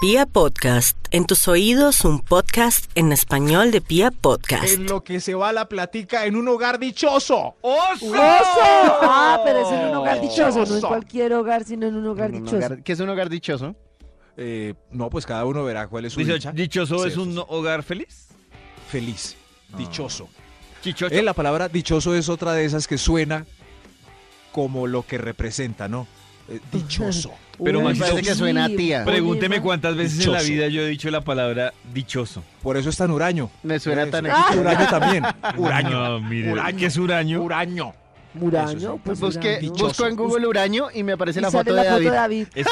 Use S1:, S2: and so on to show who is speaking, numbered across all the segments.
S1: Pia Podcast, en tus oídos un podcast en español de Pia Podcast.
S2: En lo que se va la platica en un hogar dichoso. ¡Oso!
S3: Ah, pero es en un hogar dichoso, no en
S2: Dichoso.
S3: cualquier hogar, sino en un hogar
S4: Un
S3: dichoso.
S4: hogar- ¿Qué es un hogar dichoso?
S2: Eh, no, pues cada uno verá cuál es su
S5: Dicho-
S2: dicha.
S5: ¿Dichoso
S2: Sí,
S5: es
S2: sí,
S5: un
S2: sí.
S5: hogar feliz?
S2: Feliz, dichoso.
S5: ¿Chichocho?
S2: Eh, la palabra dichoso es otra de esas que suena como lo que representa, ¿no? Eh, dichoso.
S5: Pero
S3: Uy,
S5: más parece
S3: sí,
S4: que suena a tía.
S5: Pregúnteme
S3: oye,
S5: cuántas veces en la
S2: Dichoso.
S5: vida yo he dicho la palabra dichoso.
S2: Por eso es tan huraño.
S4: Me suena tan
S2: Eso. Huraño también. Huraño.
S5: No, mire,
S2: Huraño.
S5: ¿qué es huraño?
S2: Huraño.
S3: Muraño,
S2: Eso sí.
S3: pues Muraño.
S4: Busqué-
S2: Dichoso.
S4: busco en Google Uraño y me aparece
S3: Y
S4: la
S3: sale
S4: foto
S3: la
S4: de David.
S3: David.
S5: Es-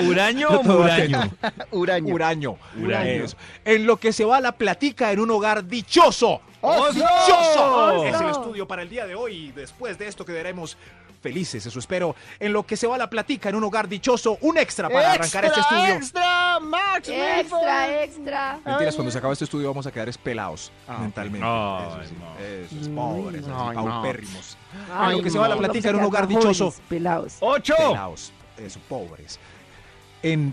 S5: ¿Huraño o
S2: Yo todo
S5: muraño?
S4: Uraño.
S2: Huraño.
S5: Huraño.
S2: Eso. En lo que se va la platica en un hogar dichoso.
S5: ¡Oh,
S2: ¡Dichoso! Es el estudio para el día de hoy. Después de esto quedaremos felices, eso espero. En lo que se va la platica en un hogar dichoso, un extra para arrancar este estudio.
S5: eh!
S4: extra, Max
S3: Extra, extra.
S2: Mentiras, cuando se acabe este estudio vamos a quedar espelados mentalmente.
S5: Ah, Ay,
S2: eso, sí,
S5: no.
S2: eso es pobres, así,
S4: Ay, no.
S2: paupérrimos.
S3: Ay,
S2: lo que se va la
S3: no,
S2: platica
S3: vamos a
S2: en un hogar
S3: quedar jóvenes,
S2: dichoso.
S3: Pelados.
S5: ¡Ocho!
S2: Pelados, eso, pobres. En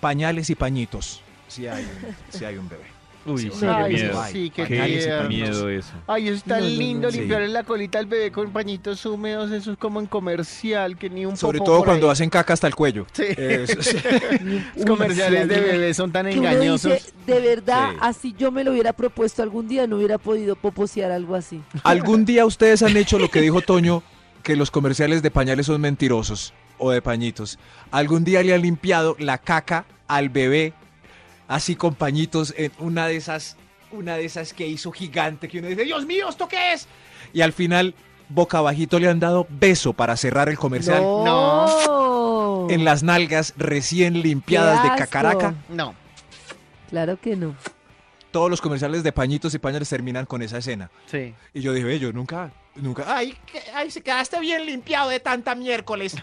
S2: pañales y pañitos, si hay, un- si hay un bebé.
S5: Uy,
S2: Sí,
S5: sí,
S2: ay,
S5: qué
S2: sí,
S5: miedo.
S2: ay,
S4: sí, qué
S2: pañales y
S5: Qué
S4: tierno.
S5: miedo eso.
S4: Ay, es tan
S3: No, no, no,
S4: lindo
S2: sí.
S4: limpiarle la colita al bebé con pañitos húmedos. Eso es como en comercial, que ni un
S2: Sobre
S4: popó
S2: todo
S4: por
S2: cuando
S4: ahí.
S2: hacen caca hasta el cuello.
S4: Sí.
S2: Eso, sí.
S4: Los comerciales de
S3: bebés
S4: bebés son tan
S3: Que uno dice,
S4: engañosos.
S3: de verdad,
S2: Sí.
S3: así yo me lo hubiera propuesto algún día, no hubiera podido poposear algo así.
S2: ¿Algún día ustedes han hecho lo que dijo Toño, que los comerciales de pañales son mentirosos o de pañitos? ¿Algún día le han limpiado la caca al bebé así con pañitos en una de esas, una de esas que hizo gigante que uno dice, Dios mío, ¿esto qué es? Y al final, boca abajito le han dado beso para cerrar el comercial
S3: no.
S2: en las nalgas recién limpiadas
S3: Qué
S2: de
S3: asco.
S2: cacaraca.
S4: No.
S3: Claro que no.
S2: Todos los comerciales de pañitos y pañales terminan con esa escena.
S4: Sí.
S2: Y yo dije, "Ve, yo nunca, nunca. Ay, que- ay, se quedaste bien limpiado de tanta miércoles.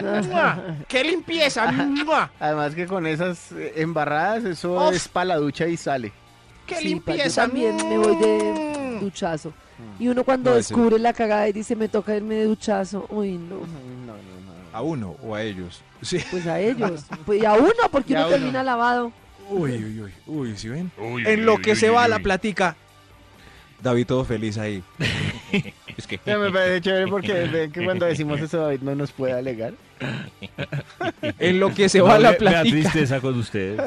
S2: ¡Mua! ¡Qué limpieza! ¡Mua!
S4: Además que con esas eh, embarradas, eso
S2: Uf.
S4: es para la ducha y sale.
S2: ¡Qué
S3: Sí, pa- yo
S2: limpieza!
S3: también me voy de
S2: ¡Mmm!
S3: duchazo. Y uno cuando
S2: No, ese-
S3: descubre la cagada y dice, me toca irme de duchazo. Uy, no.
S4: No, no, no.
S2: ¿A uno o a ellos? Sí.
S3: Pues a ellos. Pues, y a uno, porque
S4: Y a
S3: uno
S4: uno.
S3: termina lavado.
S2: Uy, uy, uy. Uy, ¿sí ven?
S5: Uy,
S2: en lo
S5: uy,
S2: que
S5: uy,
S2: se
S5: uy,
S2: va
S5: uy.
S2: la platica. David todo feliz ahí. es que...
S4: Ya me parece chévere porque ven que cuando decimos eso David no nos puede alegar.
S2: En lo que se
S5: No,
S2: va
S5: me-
S2: la
S5: Me da
S2: platica.
S5: tristeza con ustedes.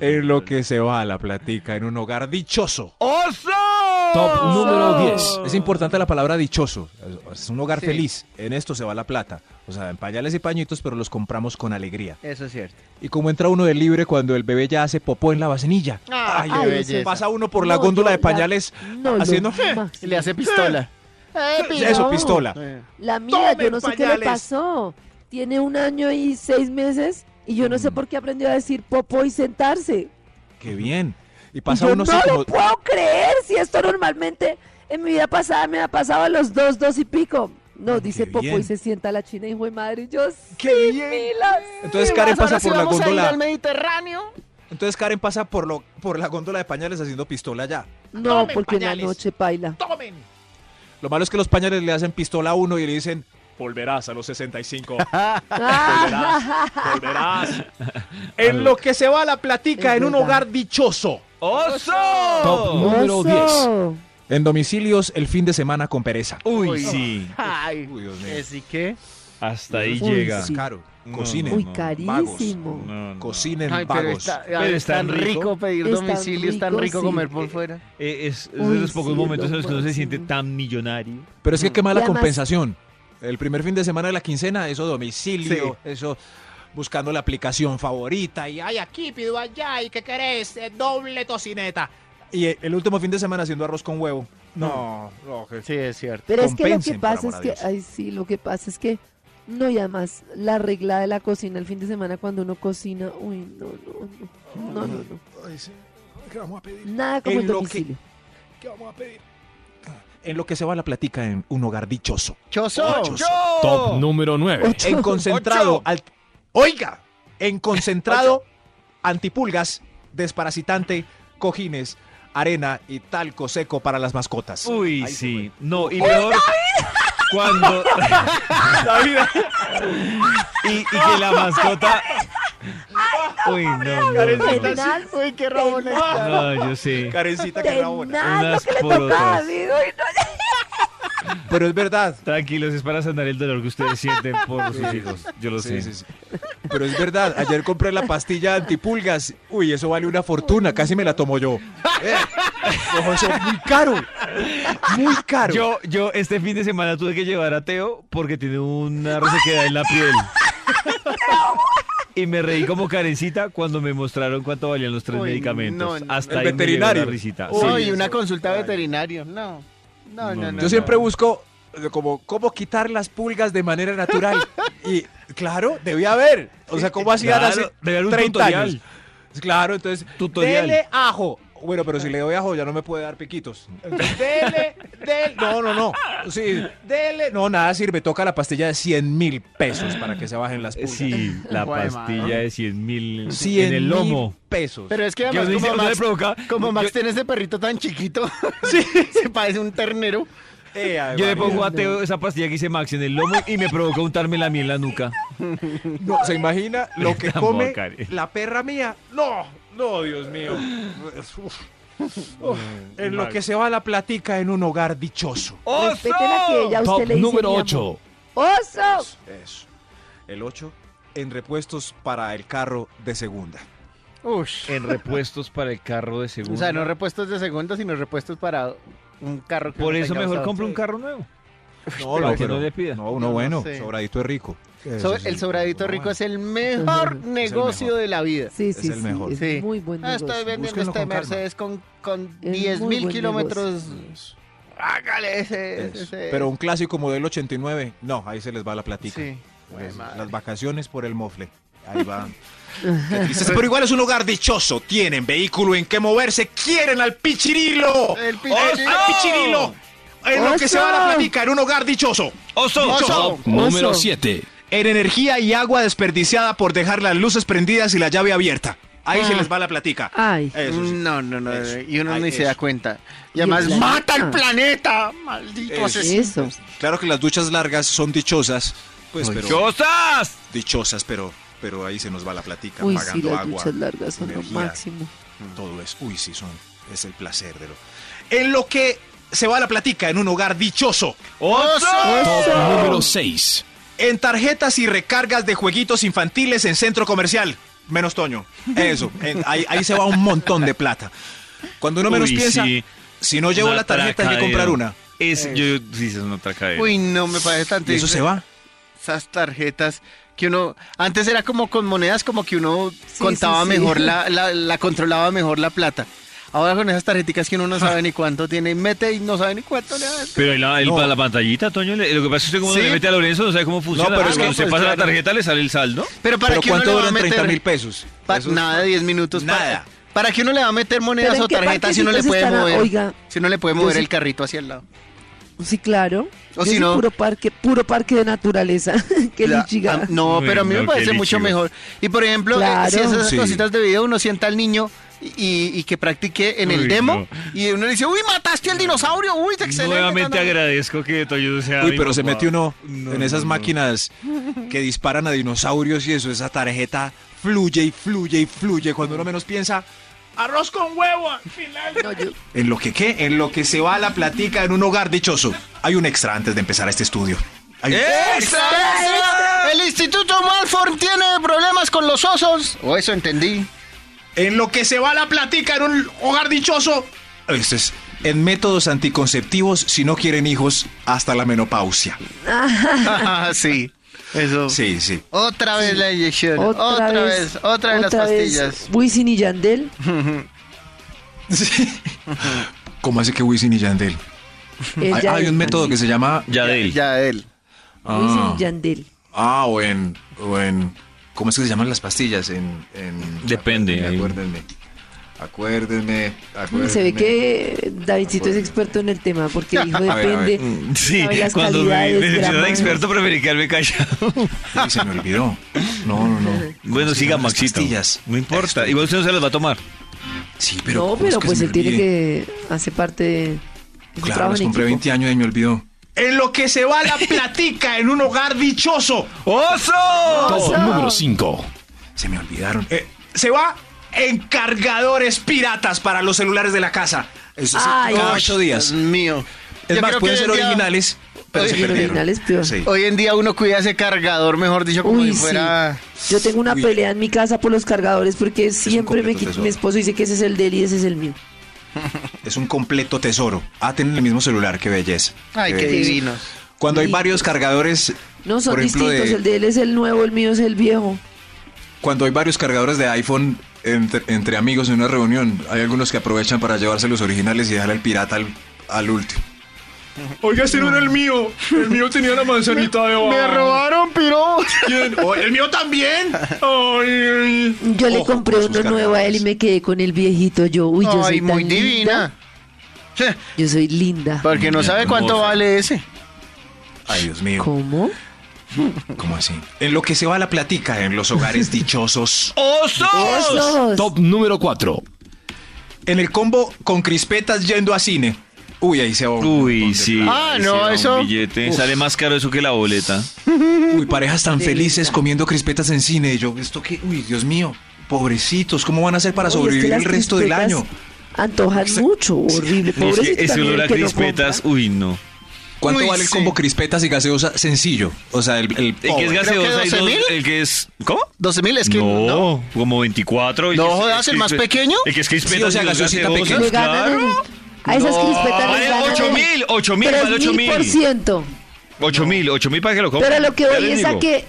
S2: En lo que se va la platica en un hogar dichoso.
S5: ¡Oso!
S2: Top número 10. Es importante la palabra dichoso. Es un hogar
S4: Sí.
S2: feliz. En esto se va la plata. O sea, en pañales y pañitos, pero los compramos con alegría.
S4: Eso es cierto.
S2: Y como entra uno de libre cuando el bebé ya hace popó en la vasinilla.
S4: Ah,
S2: Ay,
S4: qué
S2: ay,
S4: belleza.
S2: Pasa uno por la
S3: No,
S2: góndola
S3: yo
S2: de
S3: la-
S2: pañales.
S3: No, lo
S2: Haciendo- eh,
S3: más.
S4: Le hace pistola.
S2: Eso, pistola.
S4: Eh,
S3: La mía,
S2: ¡Tomen
S3: yo no sé qué le
S2: pañales!
S3: pasó. Tiene un año y seis meses y yo
S2: Mm.
S3: no sé por qué aprendió a decir popo y sentarse.
S2: Qué bien. Y
S3: Y
S2: pasa
S3: yo
S2: uno
S3: no
S2: así
S3: lo
S2: como-
S3: puedo creer si esto normalmente en mi vida pasada me ha pasado a los dos, dos y pico. No,
S2: Ay,
S3: dice
S2: qué
S3: popo
S2: bien.
S3: y se sienta la china, hijo de madre. y Yo sí,
S2: ¡Qué bien!
S3: pilas.
S2: Entonces
S4: ¿qué
S2: Karen
S4: más? Ahora
S2: pasa
S4: sí
S2: por la
S4: vamos a ir al
S2: góndola.
S4: Mediterráneo.
S2: Entonces Karen pasa por lo por la góndola de pañales haciendo pistola ya.
S3: No, porque en la noche paila.
S2: Lo malo es que los pañales le hacen pistola a uno y le dicen, volverás a los 65.
S3: Ah,
S2: Volverás. en lo que se va la platica
S3: Es
S2: en un
S3: verdad.
S2: hogar dichoso.
S5: ¡Oso!
S2: Top
S5: Top.
S2: número
S3: oso.
S2: En domicilios el fin de semana con pereza.
S5: Uy,
S4: Uy,
S5: sí.
S4: Ay,
S2: Uy, Dios mío.
S4: así que.
S5: Hasta ahí
S3: Uy,
S5: llega.
S3: sí.
S2: Caro.
S5: No,
S2: Cocinen.
S3: Uy,
S5: no,
S3: carísimo.
S5: No, no.
S2: Cocinen
S4: Ay, pero
S2: vagos.
S4: está,
S5: Pero
S4: ay,
S5: es
S4: es
S5: tan
S4: tan rico pedir
S3: Es tan
S4: domicilio, es tan
S3: rico,
S4: rico
S3: sí.
S4: comer por fuera.
S5: Eh, es es
S3: Uy,
S5: de los pocos
S3: sí,
S5: momentos
S3: lo
S5: en los que uno se
S3: máximo.
S5: siente tan millonario.
S2: Pero es que qué
S3: Y
S2: mala
S3: además-
S2: compensación. El primer fin de semana de la quincena, eso domicilio, eso buscando la aplicación favorita y ay aquí pido allá y qué querés, Eh, doble tocineta. Y eh, el último fin de semana haciendo arroz con huevo. No, no, que-
S4: Sí, es cierto.
S3: Pero es que lo que
S2: Compensen, por
S3: pasa
S2: amor
S3: es
S2: a
S3: que,
S2: Dios.
S3: ay sí, lo que pasa es que, no, y además, la regla de la cocina el fin de semana cuando uno cocina, uy, no, no, no, no, no, no.
S2: Ay, sí. ¿Qué vamos a pedir?
S3: nada como
S2: En
S3: el
S2: lo que-
S3: domicilio.
S2: ¿Qué vamos a pedir? En lo que se va la platica en un hogar dichoso.
S4: ¡Choso!
S2: Ocho.
S5: Top número.
S3: Ocho.
S2: En concentrado. al- oiga, en concentrado, antipulgas, desparasitante, cojines, arena y talco seco para las mascotas.
S5: Uy,
S2: Ahí se
S5: sí. No, y peor. Cuando. y, y que la mascota. Uy, no, no,
S4: Karencita,
S5: no.
S3: De nada.
S4: sí. Uy, qué rabona
S5: Ah.
S4: está.
S5: No, yo sé.
S2: Karencita que
S3: De
S2: rabona.
S3: nada, lo
S5: Unas
S3: que le
S5: por
S3: tocaba,
S5: otras.
S3: amigo. y no, ya-
S2: Pero es verdad.
S5: Tranquilos, es para sanar el dolor que ustedes sienten por sus
S2: Sí.
S5: hijos. Yo lo
S2: Sí,
S5: sé.
S2: sí, sí. Pero es verdad, ayer compré la pastilla antipulgas. Uy, eso vale una fortuna, casi me la tomo yo. Eh, ojo, eso es muy caro. Muy caro.
S5: Yo, yo este fin de semana tuve que llevar a Teo porque tiene una resequedad en la piel. Y me reí como carencita cuando me mostraron cuánto valían los tres
S4: Uy,
S5: medicamentos.
S4: no, no,
S5: Hasta
S2: el
S5: ahí me llegó
S2: veterinario.
S5: la risita.
S2: Uy,
S4: Uy,
S5: Sí.
S4: una
S2: eso,
S4: consulta
S2: claro.
S4: veterinario. No. No,
S5: No,
S4: no, no.
S5: no,
S2: Yo siempre busco eh, como cómo quitar las pulgas de manera natural. Y claro, debía haber. O sea, ¿cómo hacían
S5: Claro,
S2: hace
S5: debe haber un
S2: 30 años?
S5: tutorial.
S2: Claro, entonces,
S5: Tutorial.
S2: dele ajo. Bueno, pero si le doy ajo ya no me puede dar piquitos. Entonces, dele, dele. No, no, no. Sí, dele. No, nada sirve. Toca la pastilla de 100 mil pesos para que se bajen las pulgas.
S5: Eh, Sí, la
S4: Guay,
S5: pastilla
S4: madre.
S5: de 100 mil
S2: 100
S5: en el lomo.
S2: mil pesos.
S4: Pero es que
S5: Que
S4: además
S5: uno dice,
S4: como
S5: uno le
S4: Max,
S5: provoca-
S4: como Max tiene ese perrito tan chiquito, se parece un ternero.
S2: Eh, ay,
S5: Yo le
S2: María.
S5: pongo a Teo esa pastilla que hice Max en el lomo y me provoca untármela a mí en la nuca.
S2: No, ¿se imagina lo que
S5: Amor,
S2: come
S5: Karen.
S2: la perra mía? No, no, Dios mío. Uf. Uf, en lo que se va la platica en un hogar dichoso.
S3: Respeten a que ella a usted le dice. mi amor. ¡Oso!
S2: Eso. El 8 en repuestos para el carro de segunda.
S4: Uy.
S5: En repuestos para el carro de segunda.
S4: O sea, no repuestos de segundos, sino repuestos para un carro que
S5: Por
S4: uno
S5: eso
S4: tenga
S5: mejor
S4: usado.
S5: compra un carro nuevo.
S2: No,
S5: Pero que no le pida.
S2: No,
S4: Yo
S2: uno
S4: no
S2: bueno,
S4: sé.
S2: sobradito es rico.
S4: So-
S2: Eso sí,
S4: el sobradito
S2: uno
S4: rico
S2: bueno.
S4: es el mejor negocio
S2: mejor.
S4: de la vida.
S3: Sí, sí,
S2: el
S3: sí.
S2: mejor.
S3: Es
S4: Sí.
S3: muy buen
S4: Ah, estoy
S3: negocio.
S4: vendiendo
S2: Búsquenlo
S4: este
S2: con calma.
S4: Mercedes con, con
S3: Es
S4: 10
S3: muy
S4: mil
S3: buen
S4: kilómetros.
S2: Eso,
S4: Hágale ese.
S2: eso.
S4: ese-
S2: Pero un clásico modelo 89, no, ahí se les va la platica.
S4: Sí.
S2: Las-
S4: madre.
S2: las vacaciones por el mofle. Ahí va. Qué tristeza. Pero igual es un hogar dichoso. Tienen vehículo en que moverse. Quieren al pichirilo.
S4: El pichirilo.
S2: ¡Al pichirilo! En lo que se van a
S3: ¡Oso!
S2: platicar. Un hogar dichoso.
S5: ¡Oso!
S4: Oso.
S6: Número
S3: Oso.
S6: 7.
S2: En energía y agua desperdiciada por dejar las luces prendidas y la llave abierta. Ahí
S4: Ah.
S2: se les va la platica.
S3: Ay.
S2: Eso sí.
S4: No, no, no.
S2: Eso.
S4: Y uno
S2: Ay,
S4: ni se da
S2: eso.
S4: cuenta. Y
S3: Y el
S4: además,
S3: planeta.
S4: ¡mata al planeta! ¡Maldito
S2: Eso.
S4: asesino!
S3: Eso.
S2: Claro que las duchas largas son dichosas. Pues, pero,
S5: ¡Chosas!
S2: dichosas, pero, pero ahí se nos va la platica.
S3: Uy, sí,
S2: pagando
S3: las
S2: agua.
S3: duchas largas son lo
S2: energía.
S3: máximo.
S2: Todo es, uy, sí, son, es el placer de lo. En lo que se va la platica en un hogar dichoso.
S6: Top número 6.
S2: En tarjetas y recargas de jueguitos infantiles en centro comercial. Menos Toño. Eso. en- ahí, ahí se va un montón de plata. Cuando uno menos
S5: Uy,
S2: piensa,
S5: sí.
S2: si no llevo
S5: Un
S2: la tarjeta hay que comprar
S5: atracadero.
S2: una.
S5: Es, yo, sí, es una tracadera.
S4: Uy, no me parece tanto.
S2: Y eso se va.
S4: Esas tarjetas que uno. Antes era como con monedas, como que uno contaba
S3: sí, sí.
S4: mejor, La, la, la controlaba mejor la plata. Ahora con esas tarjeticas que uno no sabe ni cuánto tiene, mete y no sabe ni cuánto le das.
S5: Pero ahí la, el-
S2: No.
S5: para la pantallita, Toño, le- lo que pasa es que usted como
S4: Sí.
S5: le mete a Lorenzo no sabe cómo funciona.
S2: pero
S5: Ah,
S2: es que,
S5: cuando se
S4: pues,
S5: pasa la
S4: claro.
S5: tarjeta le sale el saldo.
S4: Pero para
S2: ¿Pero
S4: que uno le
S2: cuánto
S4: va a
S2: duran 30
S4: meter.
S2: mil pesos?
S4: Pa-
S2: Eso-
S4: nada, 10 minutos. pa-
S2: Nada.
S4: Para, que uno le va a meter monedas
S3: ¿Pero en
S4: o
S3: qué
S4: tarjetas si uno le
S3: parquecitos
S4: puede
S3: estará?
S4: mover.
S3: Oiga,
S4: si uno le puede
S3: yo
S4: mover
S3: sí-
S4: el carrito hacia el lado.
S3: Sí, claro.
S4: O
S3: Yo
S4: si
S3: soy
S4: no-
S3: puro parque, puro parque de naturaleza. que
S4: La-
S3: lichiga.
S4: ah, No,
S5: Uy,
S4: pero a mí
S5: no,
S4: me
S5: qué
S4: parece
S5: lichiga.
S4: mucho mejor. Y por ejemplo, eh,
S3: Claro.
S4: si esas
S2: Sí.
S4: cositas de video uno sienta al niño y, y- y que practique en
S5: Uy,
S4: el
S5: no.
S4: demo y uno le dice, uy, mataste al dinosaurio, uy, es excelente.
S5: Nuevamente
S4: no, no, no".
S5: agradezco que Toño sea.
S2: Uy, pero
S5: mi
S2: se
S5: papá.
S2: mete uno
S5: No,
S2: en esas
S5: no, no.
S2: máquinas que disparan a dinosaurios y eso, esa tarjeta fluye y fluye y fluye cuando uno menos piensa. Arroz con huevo, al final. ¿En lo que qué? En lo que se va la platica en un hogar dichoso. Hay un extra antes de empezar este estudio. Hay un-
S4: El Instituto Malform tiene problemas con los osos. O eso entendí.
S2: En lo que se va la platica en un hogar dichoso. Este es en métodos anticonceptivos si no quieren hijos hasta la menopausia.
S4: Ah, sí. Eso.
S2: Sí, sí.
S4: Otra vez la inyección. Otra, vez, Otra vez las pastillas.
S3: Wisin y Yandel.
S2: Sí. ¿Cómo hace que Wisin y Yandel?
S3: el
S2: Hay, hay
S3: Yandel.
S2: un método que se llama...
S5: Ya de él.
S4: Ya él.
S3: Wisin
S2: Ah,
S3: y Yandel.
S2: ah, o, en, o en... ¿Cómo es que se llaman las pastillas? En, en-
S5: Depende, ahí.
S2: Acuérdenme. Acuérdenme. acuérdenme.
S3: Se ve que Davidcito es experto en el tema porque dijo
S2: A ver, a ver.
S3: depende.
S5: Sí,
S3: sabe las
S5: cuando me
S3: calidades,
S5: mencionó de
S3: gramajes.
S5: experto preferí quedarme callado.
S2: Uy, se me olvidó. No, no, no.
S5: Bueno,
S2: ¿Cómo se
S5: siga
S2: llaman las
S5: Maxito.
S2: pastillas?
S5: No importa. Igual usted no se las va a tomar.
S2: Sí, pero.
S3: no,
S2: ¿cómo es
S3: pero
S2: que
S3: pues
S2: se me
S3: él tiene
S2: olvide?
S3: que hace parte de es un
S2: Claro,
S3: trabajo
S2: los
S3: en
S2: compré
S3: equipo.
S2: 20 años y me olvidó. En lo que se va la platica en un hogar dichoso.
S5: ¡Oso!
S6: Top número 5. Se me olvidaron.
S2: Eh, se va en cargadores piratas para los celulares de la casa. Eso sí,
S3: Ay.
S2: cada ocho días.
S4: Dios mío.
S2: Es
S4: Yo
S2: más,
S4: creo
S2: pueden
S4: que
S2: ser
S4: hoy en día-
S2: originales, pero
S4: Oye,
S2: se
S3: El original
S2: perdieron.
S3: es peor.
S6: Sí.
S4: Hoy en día uno cuida ese cargador, mejor dicho, como
S3: Uy,
S4: si fuera.
S3: sí. Yo tengo una
S2: Uy.
S3: pelea en mi casa por los cargadores porque siempre me
S6: completo
S3: quit-
S6: tesoro.
S3: mi esposo dice que ese es el de él y ese es el mío.
S2: Es un completo tesoro. Ah, tienen el mismo celular, qué belleza.
S4: Ay, qué
S2: belleza.
S4: divinos.
S2: Cuando hay varios cargadores,
S3: No, son
S2: por ejemplo,
S3: distintos.
S2: de-
S3: El de él es el nuevo, el mío es el viejo.
S2: cuando hay varios cargadores de iPhone entre, entre amigos en una reunión, hay algunos que aprovechan para llevarse los originales y dejar al pirata al, al último. Oiga, este no era el mío. El mío tenía la manzanita de
S4: robaron, piro!
S2: el mío también.
S3: Yo le compré uno nuevo a él y me quedé con el viejito yo. Uy, yo soy
S4: Ay,
S3: tan
S4: muy
S3: linda.
S4: divina. Sí,
S3: Yo soy linda.
S4: Porque no sabe cuánto
S6: Hermosa.
S4: vale ese.
S2: Ay, Dios mío.
S3: ¿Cómo?
S2: ¿Cómo así? En lo que se va la platica en los hogares dichosos.
S3: ¡Osos!
S6: Top número 4.
S2: En el combo con crispetas yendo a cine. Uy, ahí se va. un montón
S5: Uy,
S2: de
S5: sí.
S2: plata.
S4: Ah,
S5: ese
S4: no,
S5: era un
S4: eso-
S5: billete.
S2: Uf.
S5: Sale más caro eso que la boleta.
S2: Uy, parejas tan
S3: Delicia.
S2: felices comiendo crispetas en cine. Y yo, ¿esto qué? Uy, Dios mío. Pobrecitos, ¿cómo van a hacer para
S3: Uy, es que
S2: sobrevivir
S3: las
S2: el resto del
S3: crispetas
S2: año?
S3: Antojan
S2: Exacto.
S3: mucho, horrible.
S5: No, es
S3: Pobrecito
S5: que ese
S3: también
S5: olor
S3: el
S5: a
S3: que no
S5: crispetas,
S3: compra.
S5: uy, no.
S2: ¿Cuánto
S4: Uy,
S2: vale el
S4: sí.
S2: combo crispetas y gaseosa sencillo? O sea, el, el
S5: El que es
S2: pobre.
S4: Creo que
S5: gaseosa y
S4: 12.000.
S5: dos- el que es... ¿cómo?
S4: 12 mil, es que.
S5: no,
S4: No.
S5: como 24.
S4: No
S5: que es-
S4: jodas,
S5: que
S4: ¿el más
S5: crispe-
S4: pequeño?
S5: El que es crispetas
S2: Sí, o sea,
S5: y dos
S2: gaseosita
S5: gaseosas,
S2: pequeña.
S3: Le ganan
S5: claro.
S3: el- a esas
S4: No.
S3: crispetas
S5: Vale
S3: les ganan
S5: 8.000, 8.000, vale 8.000.
S3: por ciento.
S5: 8 mil, 8 mil para que lo compren.
S3: Pero lo que
S5: Ya
S3: voy
S5: les
S3: es a
S5: digo.
S3: que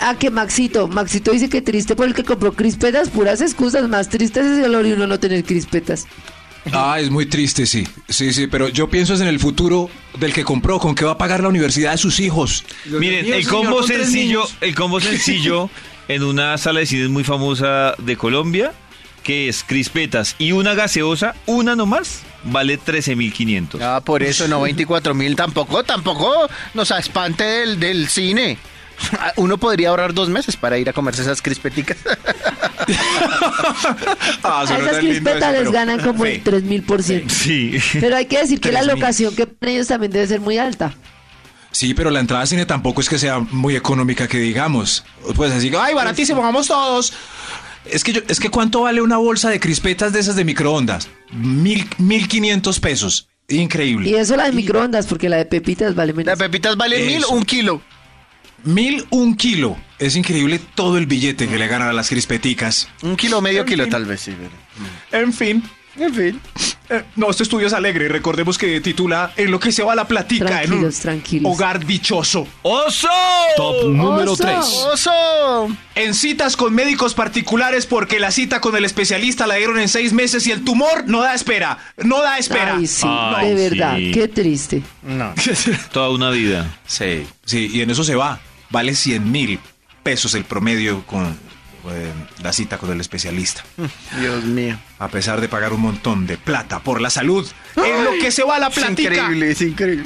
S3: a que Maxito, Maxito dice que triste por el que compró crispetas, puras excusas, más tristes es el oriuno no tener crispetas. Oh.
S2: Ah, es muy triste, sí. Sí, sí, pero yo pienso es en el futuro del que compró, con qué va a pagar la universidad de sus hijos.
S5: Miren,
S2: Dios
S5: el
S2: mío,
S5: combo
S2: con tres
S5: sencillo,
S2: niños.
S5: el combo sencillo en una sala de cine muy famosa de Colombia, que es crispetas y una gaseosa, una nomás, vale 13.500.
S4: Ah, por eso no, 24 mil tampoco, tampoco nos espante del, del cine. Uno podría ahorrar dos meses para ir a comerse esas crispeticas.
S2: Ah,
S3: a
S2: sonó
S3: esas
S2: tan lindo
S3: crispetas
S2: eso,
S3: les
S2: pero-
S3: ganan como
S2: Sí.
S3: el 3000 por ciento.
S5: Sí.
S3: Pero hay que decir que la
S5: 3.000.
S3: locación que ponen ellos también debe ser muy alta.
S2: Sí, pero la entrada a cine tampoco es que sea muy económica, que digamos. Pues así, ay, baratísimo, vamos todos. Es que, yo, es que ¿cuánto vale una bolsa de crispetas de esas de microondas? Mil, mil quinientos pesos.
S3: Y
S2: Increíble.
S3: eso la de microondas, porque la de pepitas vale menos.
S4: Las pepitas valen mil,
S2: Eso.
S4: un kilo.
S2: Mil un kilo. Es increíble todo el billete que le ganan a las crispeticas.
S4: Un kilo, medio kilo, tal vez, sí.
S2: En fin,
S4: En fin.
S2: eh, no, este estudio es alegre. Recordemos que titula En lo que se va la platica en un
S3: Tranquilos, tranquilos.
S2: hogar dichoso.
S5: ¡Oso!
S6: Top número
S3: Oso.
S6: 3.
S4: ¡Oso!
S2: En citas con médicos particulares porque la cita con el especialista la dieron en seis meses y el tumor no da espera. No da espera.
S3: Ay, sí,
S5: Ay,
S3: de verdad,
S5: sí.
S3: qué triste.
S4: No.
S5: Toda una vida.
S2: Sí, sí, y en eso se va. Vale 100 mil pesos el promedio con eh, la cita con el especialista.
S4: Dios mío.
S2: A pesar de pagar un montón de plata por la salud. En lo que se va la
S4: Es
S2: platica.
S4: increíble, es increíble.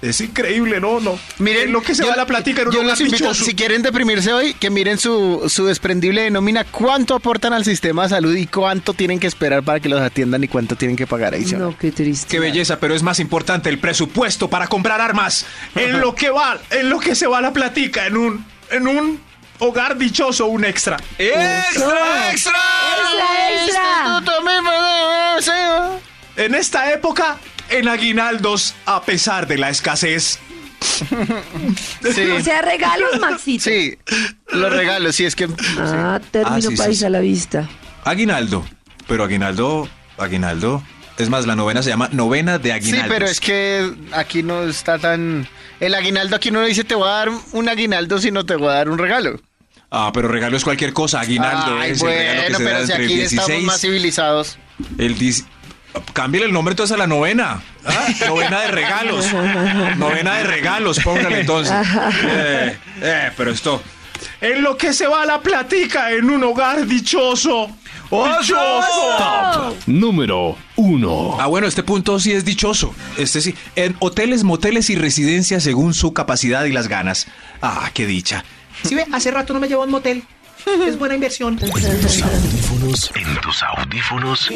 S2: Es increíble, no, no.
S4: Miren,
S2: en lo que se
S4: yo-
S2: va la platica en un
S4: yo
S2: hogar
S4: los invito,
S2: dichoso.
S4: si quieren deprimirse hoy, que miren su, su desprendible de nómina, cuánto aportan al sistema de salud y cuánto tienen que esperar para que los atiendan y cuánto tienen que pagar adicional.
S3: No, qué triste.
S2: Qué belleza, pero es más importante el presupuesto para comprar armas. En lo que va, en lo que se va la platica, en un, en un hogar dichoso, un extra.
S5: ¡Extra, extra!
S3: Extra, extra.
S2: En esta época, en aguinaldos, a pesar de la escasez.
S3: O
S4: Sí,
S3: sea, regalos, Maxito.
S4: sí, los regalos, sí, es que...
S3: Ah, término
S2: Ah, sí, sí,
S3: país
S2: sí.
S3: a la vista.
S2: Aguinaldo, pero aguinaldo, aguinaldo. Es más, la novena se llama novena de
S4: Sí, pero es que aquí no está tan... El aguinaldo aquí no le dice te voy a dar un aguinaldo, sino te voy a dar un regalo.
S2: Ah, pero regalo es cualquier cosa.
S4: Ay, bueno, pero si aquí estamos más civilizados.
S2: El dis- Cámbiale el nombre entonces a la novena. ¿ah? Novena de regalos. novena de regalos, póngale entonces. Eh, eh, pero esto. En lo que se va la platica en un hogar dichoso.
S6: Número 1.
S2: Ah, bueno, este punto sí es dichoso. Este sí. En hoteles, moteles y residencias según su capacidad y las ganas. Ah, qué dicha.
S7: Si ve, hace rato no me llevo a un motel. Es buena inversión.
S6: En tus audífonos. En tus audífonos.